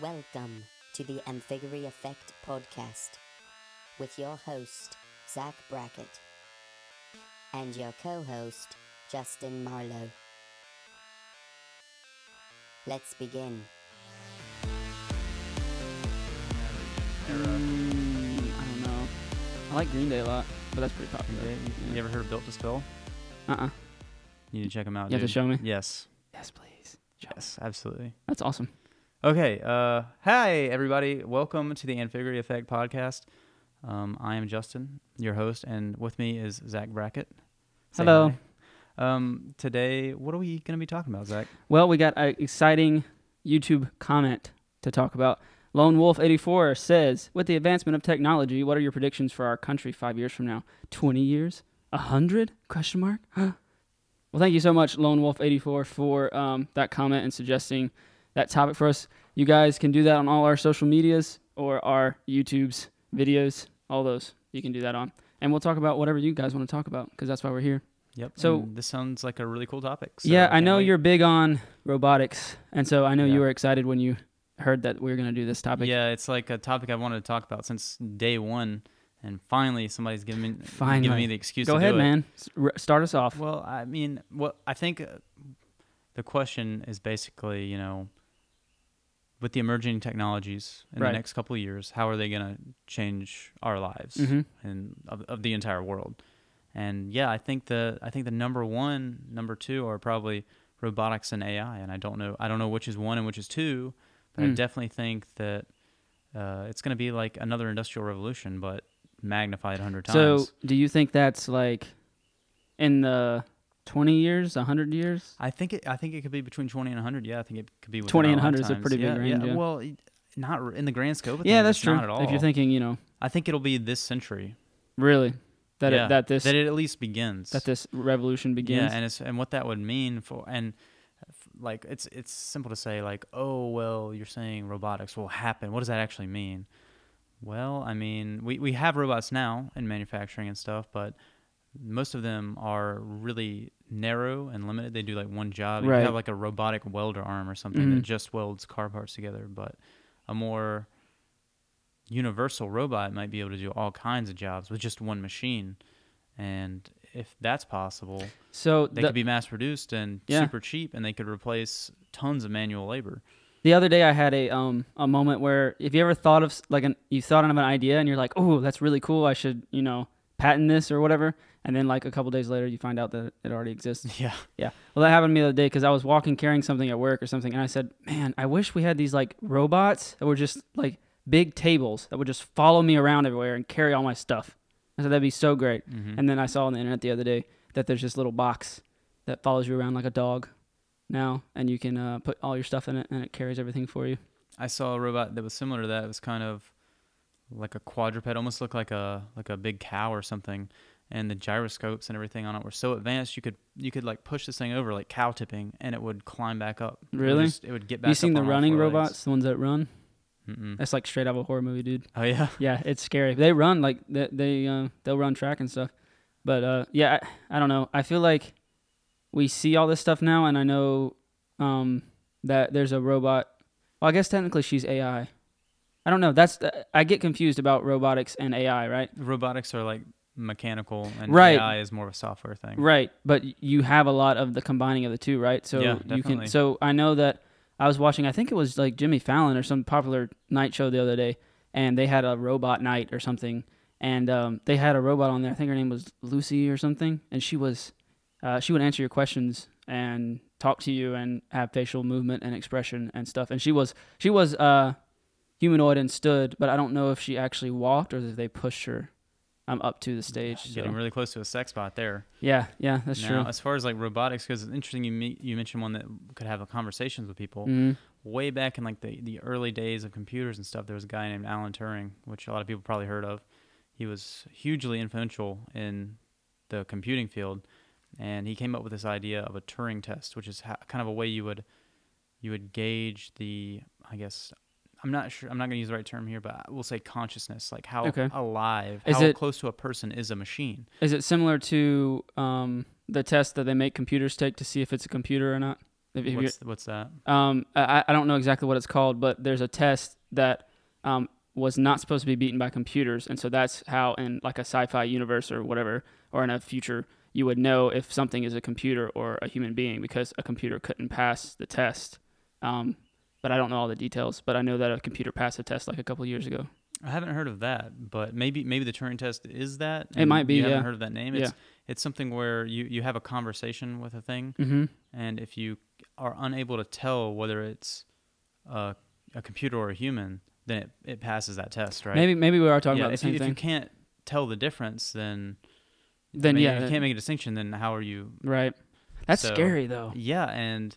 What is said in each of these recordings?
Welcome to the Amphigory Effect Podcast with your host, Zach Brackett, and your co host, Justin Marlowe. Let's begin. Mm, I don't know. I like Green Day a lot, but that's pretty popular. Yeah, you- Yeah. You ever heard of Built to Spill? Uh-uh. You need to check them out. You have to dude. show me? Yes. Yes, please. Yes, absolutely. That's awesome. Okay. Uh, hi, everybody. Welcome to the Amphigory Effect podcast. Um, I am Justin, your host, and with me is Zach Brackett. Say Hello. hi. Um, today, what are we going to be talking about, Zach? Well, we got an exciting YouTube comment to talk about. Lone Wolf 84 says, "With the advancement of technology, what are your predictions for our country 5 years from now? 20 years? A 100? Question mark? Huh? Well, thank you so much Lone Wolf 84 for um, that comment and suggesting that topic for us. You guys can do that on all our social medias or our YouTube's videos, all those. You can do that on. And we'll talk about whatever you guys want to talk about because that's why we're here. Yep. So- and this sounds like a really cool topic. so yeah, I can't know wait. you're big on robotics, and so I know Yeah. you were excited when you heard that we were going to do this topic. Yeah, it's like a topic I've wanted to talk about since day one, and finally somebody's giving me giving Finally. me the excuse. Go to ahead, do it. man. S- r- Start us off. Well, I mean, well, I think uh, the question is basically, you know, with the emerging technologies in Right. the next couple of years, how are they going to change our lives Mhm. and of, of the entire world? And yeah, I think the I think the number one, number two are probably robotics and AI, and I don't know I don't know which is one and which is two, but I Mm. definitely think that uh, it's going to be like another industrial revolution, but magnified a hundred So, times. do you think that's like in the 20 years, 100 years? I think it. I think it could be between twenty and hundred. Yeah, I think it could be within 20 and our 100 is a lifetimes. pretty big range, yeah. Well, it- not r- in the grand scope. Of yeah, things, that's it's true. Not at all. If you're thinking, you know, I think it'll be this century really that Yeah, it, that this that it at least begins. that this revolution begins. Yeah, and it's and what that would mean for and f- like it's it's simple to say like oh well you're saying robotics will happen. What does that actually mean? Well, I mean we we have robots now in manufacturing and stuff, but most of them are really narrow and limited. They do like one job. You Right. could have like a robotic welder arm or something Mhm. that just welds car parts together, but a more universal robot might be able to do all kinds of jobs with just one machine. And if that's possible, so they the, could be mass produced and Yeah. super cheap and they could replace tons of manual labor The other day, I had a um a moment where if you ever thought of s- like an you thought of an idea and you're like, oh, that's really cool. I should you know patent this or whatever. And then like a couple days later, you find out that it already exists. yeah Yeah. Well, that happened to me the other day because I was walking carrying something at work or something, and I said, man, I wish we had these like robots that were just like big tables that would just follow me around everywhere and carry all my stuff. I said that'd be so great. Mm-hmm. And then I saw on the internet the other day that there's this little box that follows you around like a dog now, and you can uh, put all your stuff in it, and it carries everything for you. i saw a robot that was similar to that it was kind of like a quadruped almost looked like a like a big cow or something and the gyroscopes and everything on it were so advanced you could you could like push this thing over like cow tipping and it would climb back up It would Really? just- it would get back you seen up the on all running four legs. robots, the ones that run? Mm-mm. That's like straight out of a horror movie, dude. oh yeah Yeah, it's scary. They run like they they uh, they'll run track and stuff. But uh, yeah, I, I don't know. I feel like we see all this stuff now, and I know um, that there's a robot. Well, I guess technically she's AI. I don't know. That's the, I get confused about robotics and AI, right? robotics are like mechanical and Right. ai is more of a software thing Right, but y- you have a lot of the combining of the two, right? So Yeah, you can. definitely. So I know that I was watching. I think it was like Jimmy Fallon or some popular night show the other day, and they had a robot night or something, and um, they had a robot on there. I think her name was Lucy or something, and she was, uh, she would answer your questions and talk to you and have facial movement and expression and stuff. And she was she was uh, humanoid and stood, but I don't know if she actually walked or if they pushed her. um up to the stage. getting so- really close to a sex bot there yeah, yeah, that's now, true. As far as like robotics, because it's interesting you me- you mentioned one that could have uh, conversations with people. Mhm. Way back in like the, the early days of computers and stuff, there was a guy named Alan Turing, which a lot of people probably heard of. He was hugely influential in the computing field, and he came up with this idea of a Turing test, which is ha- kind of a way you would you would gauge the I guess. I'm not sure. I'm not going to use the right term here, but we'll say consciousness, like how Okay. alive, Is how it- close to a person is a machine. Is it similar to um, the test that they make computers take to see if it's a computer or not? If- if you're- What's, what's that? um, I, I don't know exactly what it's called, but there's a test that um, was not supposed to be beaten by computers, and so that's how in like a sci-fi universe or whatever, or in a future, you would know if something is a computer or a human being because a computer couldn't pass the test. Um, but I don't know all the details, but I know that a computer passed a test like a couple years ago. I haven't heard of that, but maybe maybe the Turing test is that. It and might be, You haven't yeah. heard of that name. It's it's something where you you have a conversation with a thing, Mm-hmm. and if you are unable to tell whether it's a, a computer or a human, then it, it passes that test, right? Maybe maybe we are talking yeah, about the if, same you, if you thing. can't tell the difference, then Then I mean, yeah, if you that- can't make a distinction. Then how are you? right. That's So- scary though. Yeah, and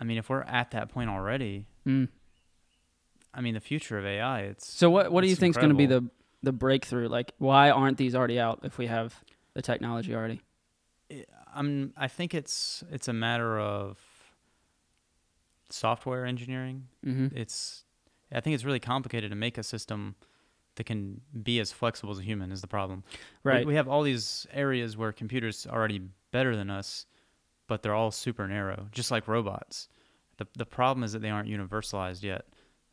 I mean, if we're at that point already, Mm. I mean, the future of AI, it's So what what do you it's think is going to be incredible. the the breakthrough? Like, why aren't these already out if we have the technology already? I'm I think it's it's a matter of software engineering. Mm-hmm. It's I think it's really complicated to make a system that can be as flexible as a human is the problem. We- Right. We, have all these areas where computers are already better than us, but they're all super narrow, just like robots. The the problem is that they aren't universalized yet.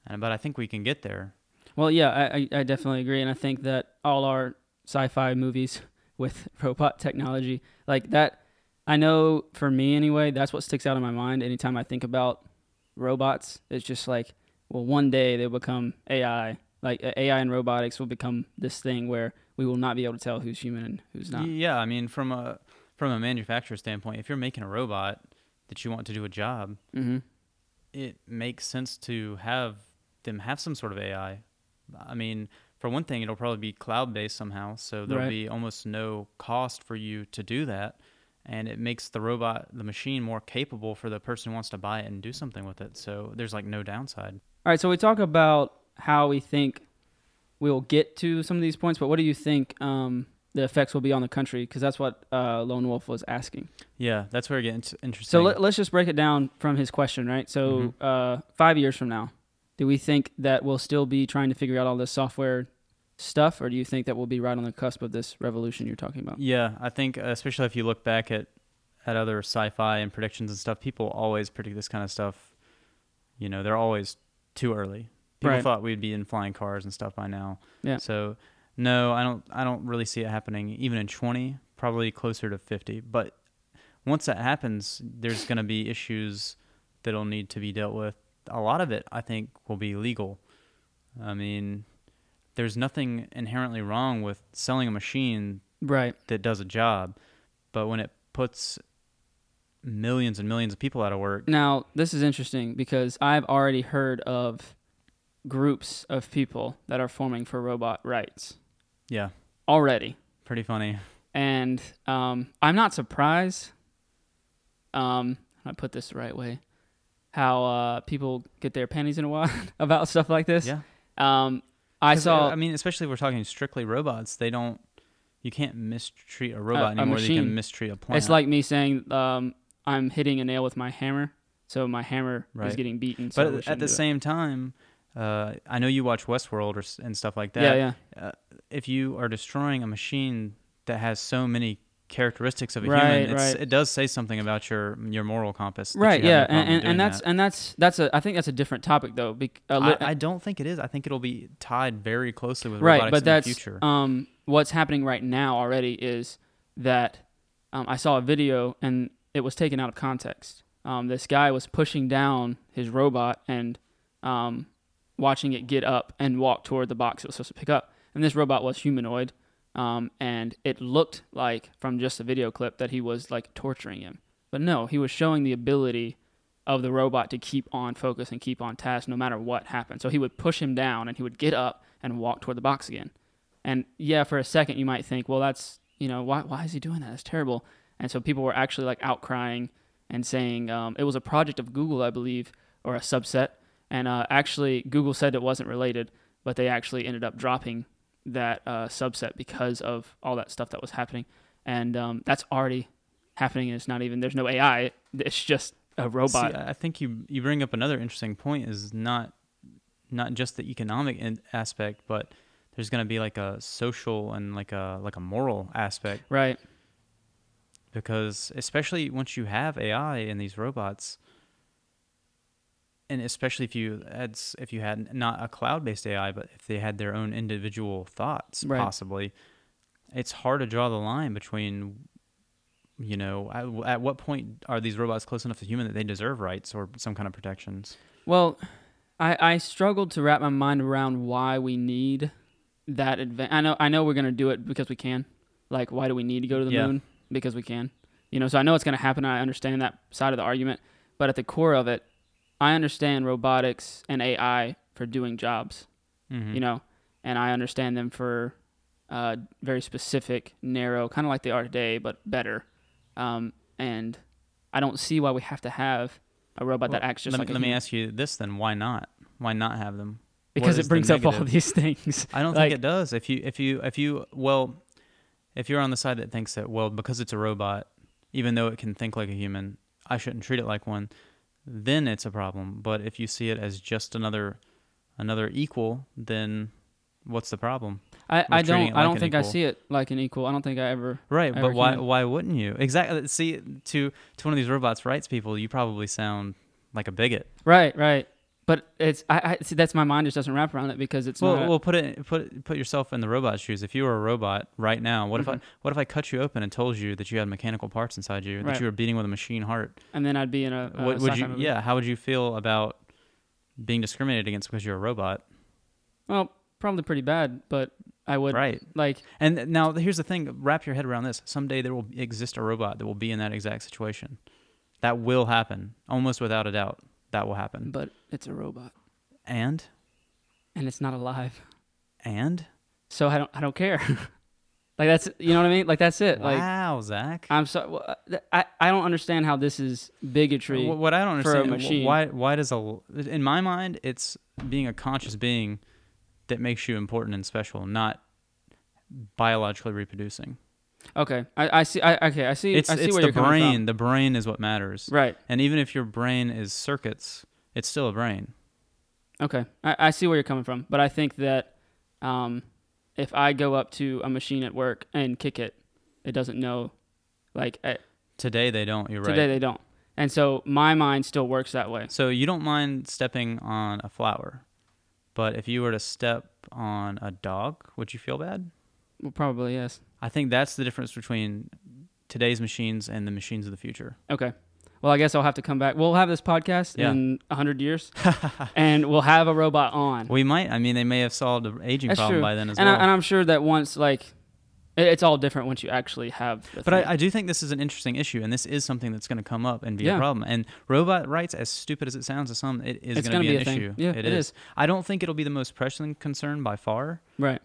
And but I think we can get there. Well, yeah, I, I I definitely agree, and I think that all our sci-fi movies with robot technology, like that, I know for me anyway, that's what sticks out in my mind anytime I think about robots. It's just like, well, one day they'll become AI. Like uh, AI and robotics will become this thing where we will not be able to tell who's human and who's not. Yeah, I mean from a from a manufacturer standpoint, if you're making a robot that you want to do a job, Mm-hmm. it makes sense to have them have some sort of AI. I mean, for one thing, it'll probably be cloud based somehow, so there'll Right. be almost no cost for you to do that. And it makes the robot, the machine, more capable for the person who wants to buy it and do something with it. So there's like no downside. All right, so we talk about how we think we'll get to some of these points, but what do you think um, the effects will be on the country? Because that's what uh, Lone Wolf was asking. Yeah, that's where it gets interesting. So let, us just break it down from his question, right? So uh, five years from now, do we think that we'll still be trying to figure out all this software stuff, or do you think that we'll be right on the cusp of this revolution you're talking about? Yeah, I think uh, especially if you look back at at other sci-fi and predictions and stuff, people always predict this kind of stuff. You know, they're always too early. People Right. thought we'd be in flying cars and stuff by now. Yeah. So no, I don't. I don't really see it happening. Even in twenty, probably closer to fifty. But once that happens, there's going to be issues that'll need to be dealt with. A lot of it, I think, will be legal. I mean, there's nothing inherently wrong with selling a machine Right. that does a job, but when it puts millions and millions of people out of work, Now, this is interesting because I've already heard of groups of people that are forming for robot rights yeah, already. pretty funny. and um, I'm not surprised. Um, I put this the right way, how uh, people get their panties in a wad about stuff like this. Yeah, Um, I 'Cause, saw. uh, I mean, especially if we're talking strictly robots, they don't. You can't mistreat a robot a anymore. than You machine. can mistreat a plant. it's like me saying um, I'm hitting a nail with my hammer, so my hammer is Right. getting beaten. So we but at shouldn't the do it. same time, uh, I know you watch Westworld or, s- and stuff like that. yeah, yeah, If you are destroying a machine that has so many characteristics of a Right, human, it's, right. it does say something about your your moral compass. that right, you yeah, have no problem and, and, doing and that's that. and that's that's a I think that's a different topic though. Bec- a li- I, I don't think it is. I think it'll be tied very closely with right robotics but in that's the future. um what's happening right now already is that um, i saw a video and it was taken out of context um, this guy was pushing down his robot and um, watching it get up and walk toward the box it was supposed to pick up and this robot was humanoid um, and it looked like from just a video clip that he was like torturing him but no he was showing the ability of the robot to keep on focus and keep on task no matter what happened. So he would push him down and he would get up and walk toward the box again. And yeah, for a second you might think, well, that's you know why why is he doing that? That's terrible. And so people were actually like out crying and saying um, it was a project of Google, I believe, or a subset. And uh, actually, Google said it wasn't related, but they actually ended up dropping that uh, subset because of all that stuff that was happening. And um, that's already happening. And it's not even there's no AI. It's just a See, robot. I I think you you bring up another interesting point is not not just the economic in- aspect, but there's going to be like a social and like a like a moral aspect Right. because especially once you have AI in these robots, and especially if you had s- if you had not a cloud-based AI, but if they had their own individual thoughts, Right. possibly, it's hard to draw the line between, you know, at, at what point are these robots close enough to human that they deserve rights or some kind of protections? Well, I I struggled to wrap my mind around why we need that advan I know I know we're gonna do it because we can. Like, why do we need to go to the Yeah. moon? Because we can. You know, so I know it's gonna happen. I understand that side of the argument, but at the core of it, I understand robotics and AI for doing jobs. Mm-hmm. You know, and I understand them for uh, very specific, narrow, kind of like they are today, but better. Um, and I don't see why we have to have a robot that acts just let, like me, a let me human ask you this then: Why not? Why not have them? What because is it the brings up all negative? these things. I don't Like- think it does. If you if you if you well, if you're on the side that thinks that well because it's a robot, even though it can think like a human, I shouldn't treat it like one, then it's a problem. But if you see it as just another another equal, then what's the problem? I, I treating don't it I like don't an think I equal. see it like an equal. I don't think I ever. Right, I but why recommend- why wouldn't you? Exactly. See, to to one of these robots rights people, you probably sound like a bigot. Right, right. But it's I, I see that's my mind just doesn't wrap around it because it's well, not. well, put it put put yourself in the robot's shoes. If you were a robot right now, what Mm-hmm. if I what if I cut you open and told you that you had mechanical parts inside you, Right. Uh, that you were beating with a machine heart? and then I'd be in a. a what would sci-fi you? movie. Yeah, how would you feel about being discriminated against because you're a robot? Well, probably pretty bad, but I would. Right. Like And now here's the thing: wrap your head around this. Someday there will exist a robot that will be in that exact situation. That will happen, almost without a doubt. That will happen. but it's a robot and and it's not alive, and so I don't I don't care. like that's you know what I mean. Like that's it. Like wow, Zach. I'm sorry. I I don't understand how this is bigotry. Wh- What I don't for a understand, wh- machine. why why does a in my mind it's being a conscious being that makes you important and special, not biologically reproducing. Okay, I, I see. I okay. I see. It's I see it's where the you're coming brain. from. The brain is what matters. Right. And even if your brain is circuits, it's still a brain. Okay, I, I see where you're coming from, but I think that um, if I go up to a machine at work and kick it, it doesn't know. Like I, Today they don't. You're today, right. they don't, and so my mind still works that way. So you don't mind stepping on a flower, but if you were to step on a dog, would you feel bad? Well, probably yes. I think that's the difference between today's machines and the machines of the future. Okay. Well, I guess I'll have to come back. We'll have this podcast Yeah. in a hundred years, and we'll have a robot on. We might. I mean, they may have solved the aging That's problem true. by then as and, well. I, and I'm sure that once, like, it, it's all different once you actually have. The but thing. I, I do think this is an interesting issue, and this is something that's going to come up and be Yeah. a problem. And robot rights, as stupid as it sounds to some, it is It's going gonna to be be an a thing. issue. Yeah, it it is. is. I don't think it'll be the most pressing concern by far. right.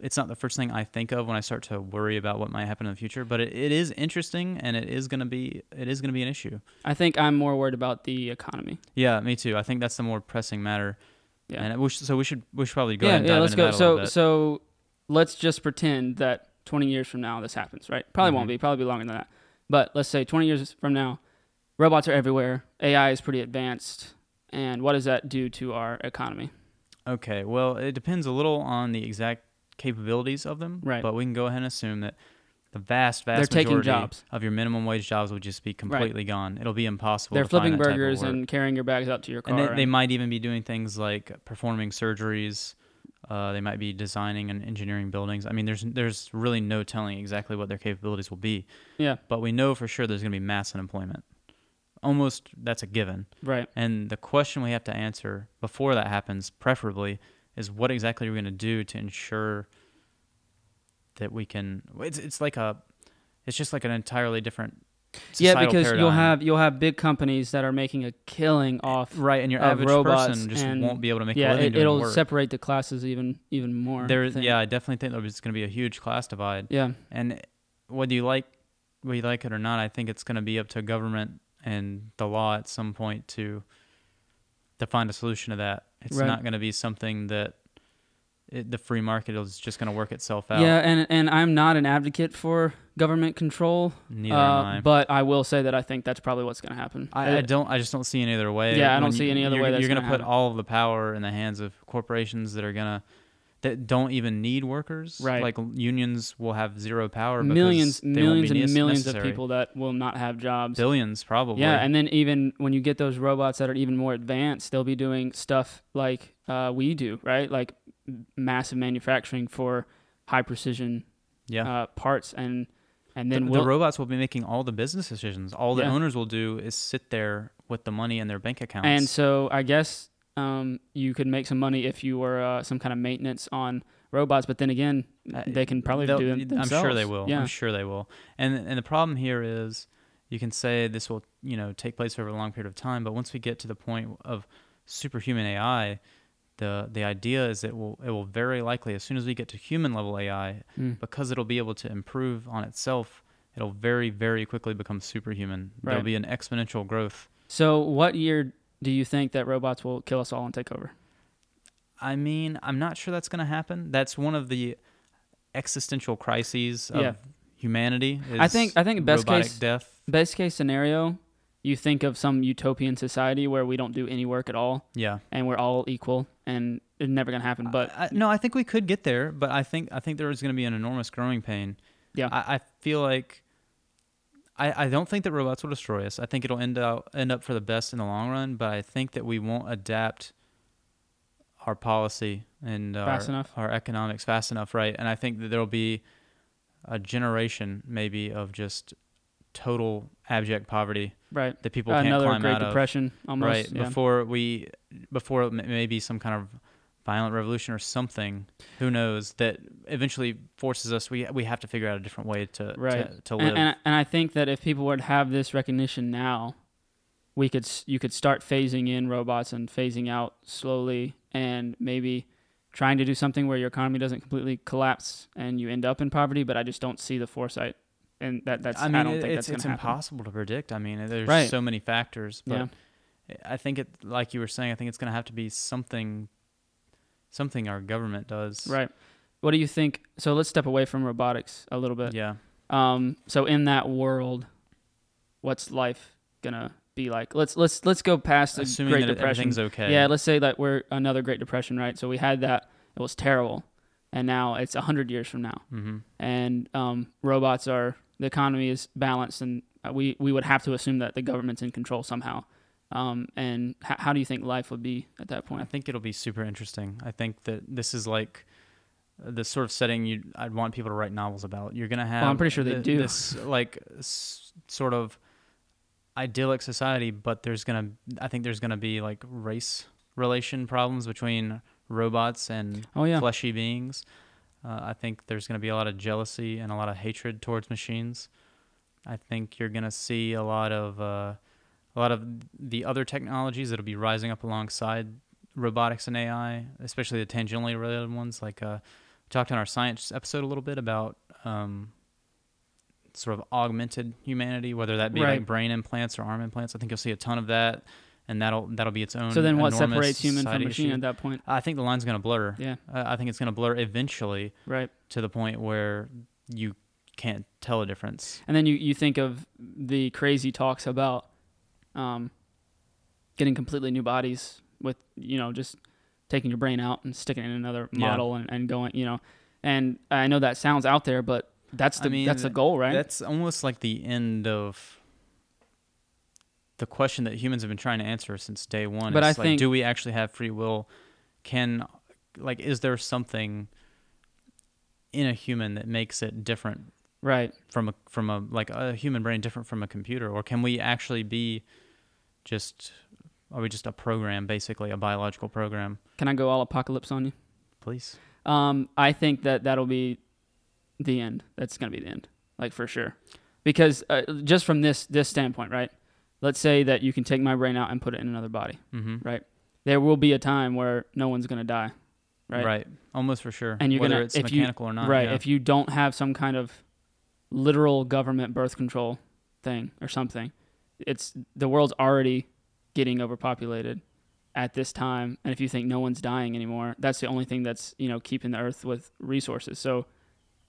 It's not the first thing I think of when I start to worry about what might happen in the future. But it, it is interesting, and it is going to be it is going to be an issue. I think I'm more worried about the economy. Yeah, me too. I think that's the more pressing matter. Yeah. And we should, so we should we should probably go yeah, ahead and yeah. dive Let's into go. that a little So, bit. so let's just pretend that 20 years from now this happens, right? Probably Mm-hmm. won't be. Probably be longer than that. But let's say 20 years from now, robots are everywhere. AI is pretty advanced. And what does that do to our economy? Okay, well, it depends a little on the exact capabilities of them, Right. But we can go ahead and assume that the vast, They're vast taking majority jobs. of your minimum wage jobs will just be completely gone. It'll be impossible. They're to find flipping that type of burgers work. and carrying your bags out to your car. and they, they and- might even be doing things like performing surgeries. Uh, they might be designing and engineering buildings. I mean, there's there's really no telling exactly what their capabilities will be, yeah, but we know for sure there's going to be mass unemployment. Almost that's a given. right. And the question we have to answer before that happens, preferably, is what exactly are we going to do to ensure that we can? It's it's like a, it's just like an entirely different. Yeah, societal because you'll paradigm. have you'll have big companies that are making a killing off. right, and your of average uh, robots person just and- won't be able to make a yeah, living it, doing it'll work. separate the classes even even more. I there, think. yeah, I definitely think there's going to be a huge class divide. yeah. And whether you like whether you like it or not, I think it's going to be up to government and the law at some point to to find a solution to that. It's Right. not going to be something that it, the free market is just going to work itself out. Yeah, and and I'm not an advocate for government control. Neither uh, am I. But I will say that I think that's probably what's going to happen. Uh, I, I don't. I just don't see any other way. Yeah, I When don't see any other you're- way that's You're gonna gonna put happen. all of the power in the hands of corporations that are gonna that don't even need workers. Right. Like unions will have zero power. Because millions, they won't millions, be and nece- millions of necessary. people that will not have jobs. Billions, probably. Yeah, and then even when you get those robots that are even more advanced, they'll be doing stuff like uh, we do, right? Like m- massive manufacturing for high precision yeah. uh, parts, and and then the, we'll, the robots will be making all the business decisions. All the Yeah. owners will do is sit there with the money in their bank accounts. And so I guess um, you could make some money if you were uh, some kind of maintenance on robots, but then again, Uh, they can probably They'll- do it themselves. I'm sure they will. Yeah. I'm sure they will. And and the problem here is you can say this will, you know, take place over a long period of time, but once we get to the point of superhuman AI, the the idea is it will it will very likely as soon as we get to human level AI, Mm. because it'll be able to improve on itself, it'll very very quickly become superhuman. There'll Right. be an exponential growth. So what year do you think that robots will kill us all and take over? I mean, I'm not sure that's going to happen. That's one of the existential crises of Yeah. humanity. Is I think- I think best robotic case- death. Best case scenario, you think of some utopian society where we don't do any work at all Yeah. and we're all equal and it's never going to happen. But I, no, I think we could get there, but I think I think there is going to be an enormous growing pain. Yeah. I, I feel like I, I don't think that robots will destroy us. I think it'll end out end up for the best in the long run, but I think that we won't adapt our policy and our, Fast enough. our economics fast enough, right? And I think that there'll be a generation maybe of just total abject poverty right, that people can't another climb Great out of Depression almost. right yeah. before we before m- maybe some kind of violent revolution or something who knows that eventually forces us we we have to figure out a different way to Right. to, to live and, and, and I think that if people would have this recognition now, we could s- you could start phasing in robots and phasing out slowly, and maybe trying to do something where your economy doesn't completely collapse and you end up in poverty. But I just don't see the foresight, and that that's i I, mean don't it- think it's, that's it's gonna happen. impossible to predict i mean there's Right. so many factors but Yeah. i think it like you were saying i think it's going to have to be something something our government does Right. What do you think? So let's step away from robotics a little bit. yeah Um, so in that world, what's life gonna be like? Let's let's let's go past the assuming Great that Depression. everything's okay Yeah, let's say that we're another Great Depression, right? So we had that; it was terrible, and now it's hundred years from now, mm-hmm. and um, robots are the economy is balanced, and uh, we we would have to assume that the government's in control somehow. Um, and h- how do you think life would be at that I point? think it'll be super interesting. I think that this is like the sort of setting you I'd want people to write novels about. You're gonna have. I'm pretty sure they thi- do. This like s- sort of idyllic society, but there's gonna. I think there's gonna be like race relation problems between robots and Oh yeah, fleshy beings. Uh, I think there's going to be a lot of jealousy and a lot of hatred towards machines. I think you're going to see a lot of uh, a lot of the other technologies that'll be rising up alongside robotics and AI, especially the tangentially related ones. Like uh, we talked on our science episode a little bit about um, sort of augmented humanity, whether that be Right. like brain implants or arm implants. I think you'll see a ton of that, and that'll that'll be its own. so then what enormous separates human from society machine issue. at that point? I think the line's going to blur. Yeah, I I think it's going to blur eventually right. to the point where you can't tell a difference. And then you you think of the crazy talks about um, getting completely new bodies with you know just taking your brain out and sticking it in another Yeah. model and, and going you know and i know that sounds out there but that's I the mean, that's the goal right That's almost like the end of the question that humans have been trying to answer since day one. But It's I like, think- do we actually have free will? Can, like, is there something in a human that makes it different right from a from a like a human brain different from a computer or can we actually be just are we just a program basically a biological program can i go all apocalypse on you please um i think that that'll be the end that's gonna be the end like for sure because uh, just from this this standpoint right let's say that you can take my brain out and put it in another body mm-hmm. right there will be a time where no one's gonna die right almost for sure And you're whether gonna- it's if you- mechanical or not right. yeah. If you don't have some kind of literal government birth control thing or something, it's the world's already getting overpopulated at this time. And if you think no one's dying anymore, that's the only thing that's you know keeping the earth with resources. So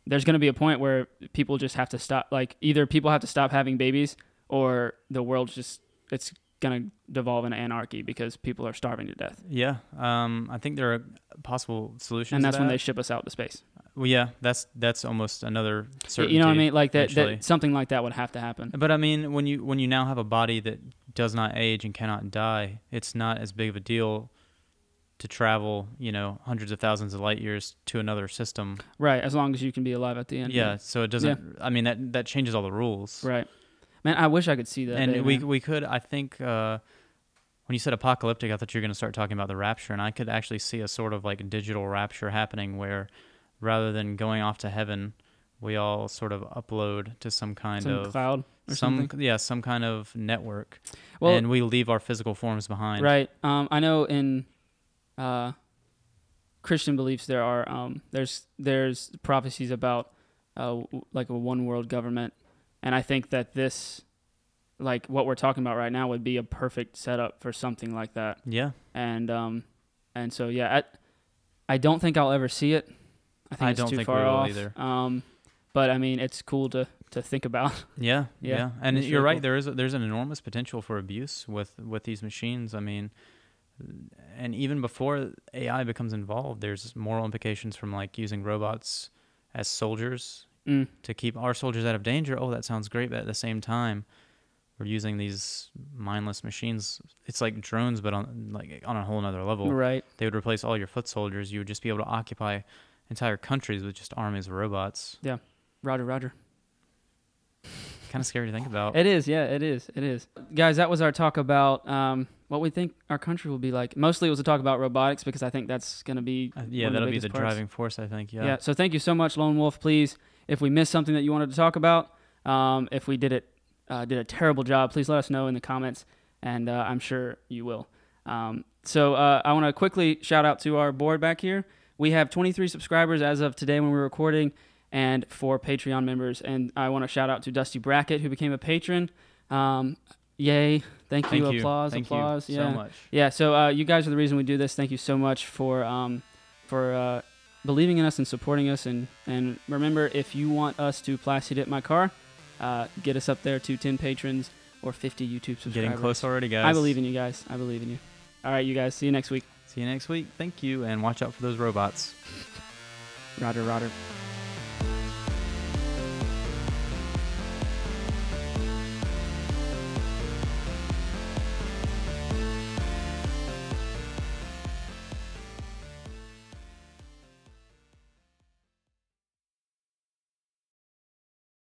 there's going to be a point where people just have to stop. Like either people have to stop having babies, or the world's just it's going to devolve into anarchy because people are starving to death. yeah um i think there are possible solutions. and to that's when that. they ship us out to space. Well, yeah, that's that's almost another Y- certainty. You know what I mean? Like that, eventually. that something like that would have to happen. But I mean, when you when you now have a body that does not age and cannot die, it's not as big of a deal to travel, you know, hundreds of thousands of light years to another system. Right, as long as you can be alive at the end. yeah, so it doesn't. I mean, that that changes all the rules. Right. Man, I wish I could see that. and day, we man. we could, I think, uh, when you said apocalyptic, I thought you were going to start talking about the rapture, and I could actually see a sort of like digital rapture happening where, rather than going off to heaven, we all sort of upload to some kind some of cloud or some something. yeah some kind of network Well- and we leave our physical forms behind Right. Um, I know in uh, Christian beliefs there are um, there's there's prophecies about uh, w- like a one world government, and I think that this like what we're talking about right now would be a perfect setup for something like that. yeah and um, and so yeah, I, I don't think I'll ever see it. I think I it's don't too think we far will off. either. Um, but I mean, it's cool to to think about. yeah Yeah, yeah, and that's you're really right cool. there is a, there's an enormous potential for abuse with with these machines i mean and even before ai becomes involved there's moral implications from like using robots as soldiers Mm. to keep our soldiers out of danger oh that sounds great but at the same time we're using these mindless machines it's like drones but on like on a whole nother level Right. they would replace all your foot soldiers. You would just be able to occupy entire countries with just armies of robots. Roger. Roger. Kind of scary to think about. It is. Yeah. It is. It is. Guys, that was our talk about um, what we think our country will be like. Mostly, it was a talk about robotics because I think that's going to be Uh, one yeah, of that'll be biggest the parts. driving force, I think. Yeah. Yeah. So thank you so much, Lone Wolf. Please, if we missed something that you wanted to talk about, um, if we did it, uh, did a terrible job, please let us know in the comments, and uh, I'm sure you will. Um, so uh, I want to quickly shout out to our board back here. We have 23 subscribers as of today when we were recording, and four Patreon members. And I want to shout out to Dusty Brackett who became a patron. Um, yay! Thank you. Thank you. Applause. Thank applause. you yeah. so much. Yeah, so uh, you guys are the reason we do this. Thank you so much for um, for uh, believing in us and supporting us. And, and remember, if you want us to plastic it my car, uh, get us up there to 10 patrons or 50 YouTube subscribers. Getting close already, guys. I believe in you guys. I believe in you. All right, you guys. See you next week. See you next week. Thank you, and watch out for those robots. Roger, Roger.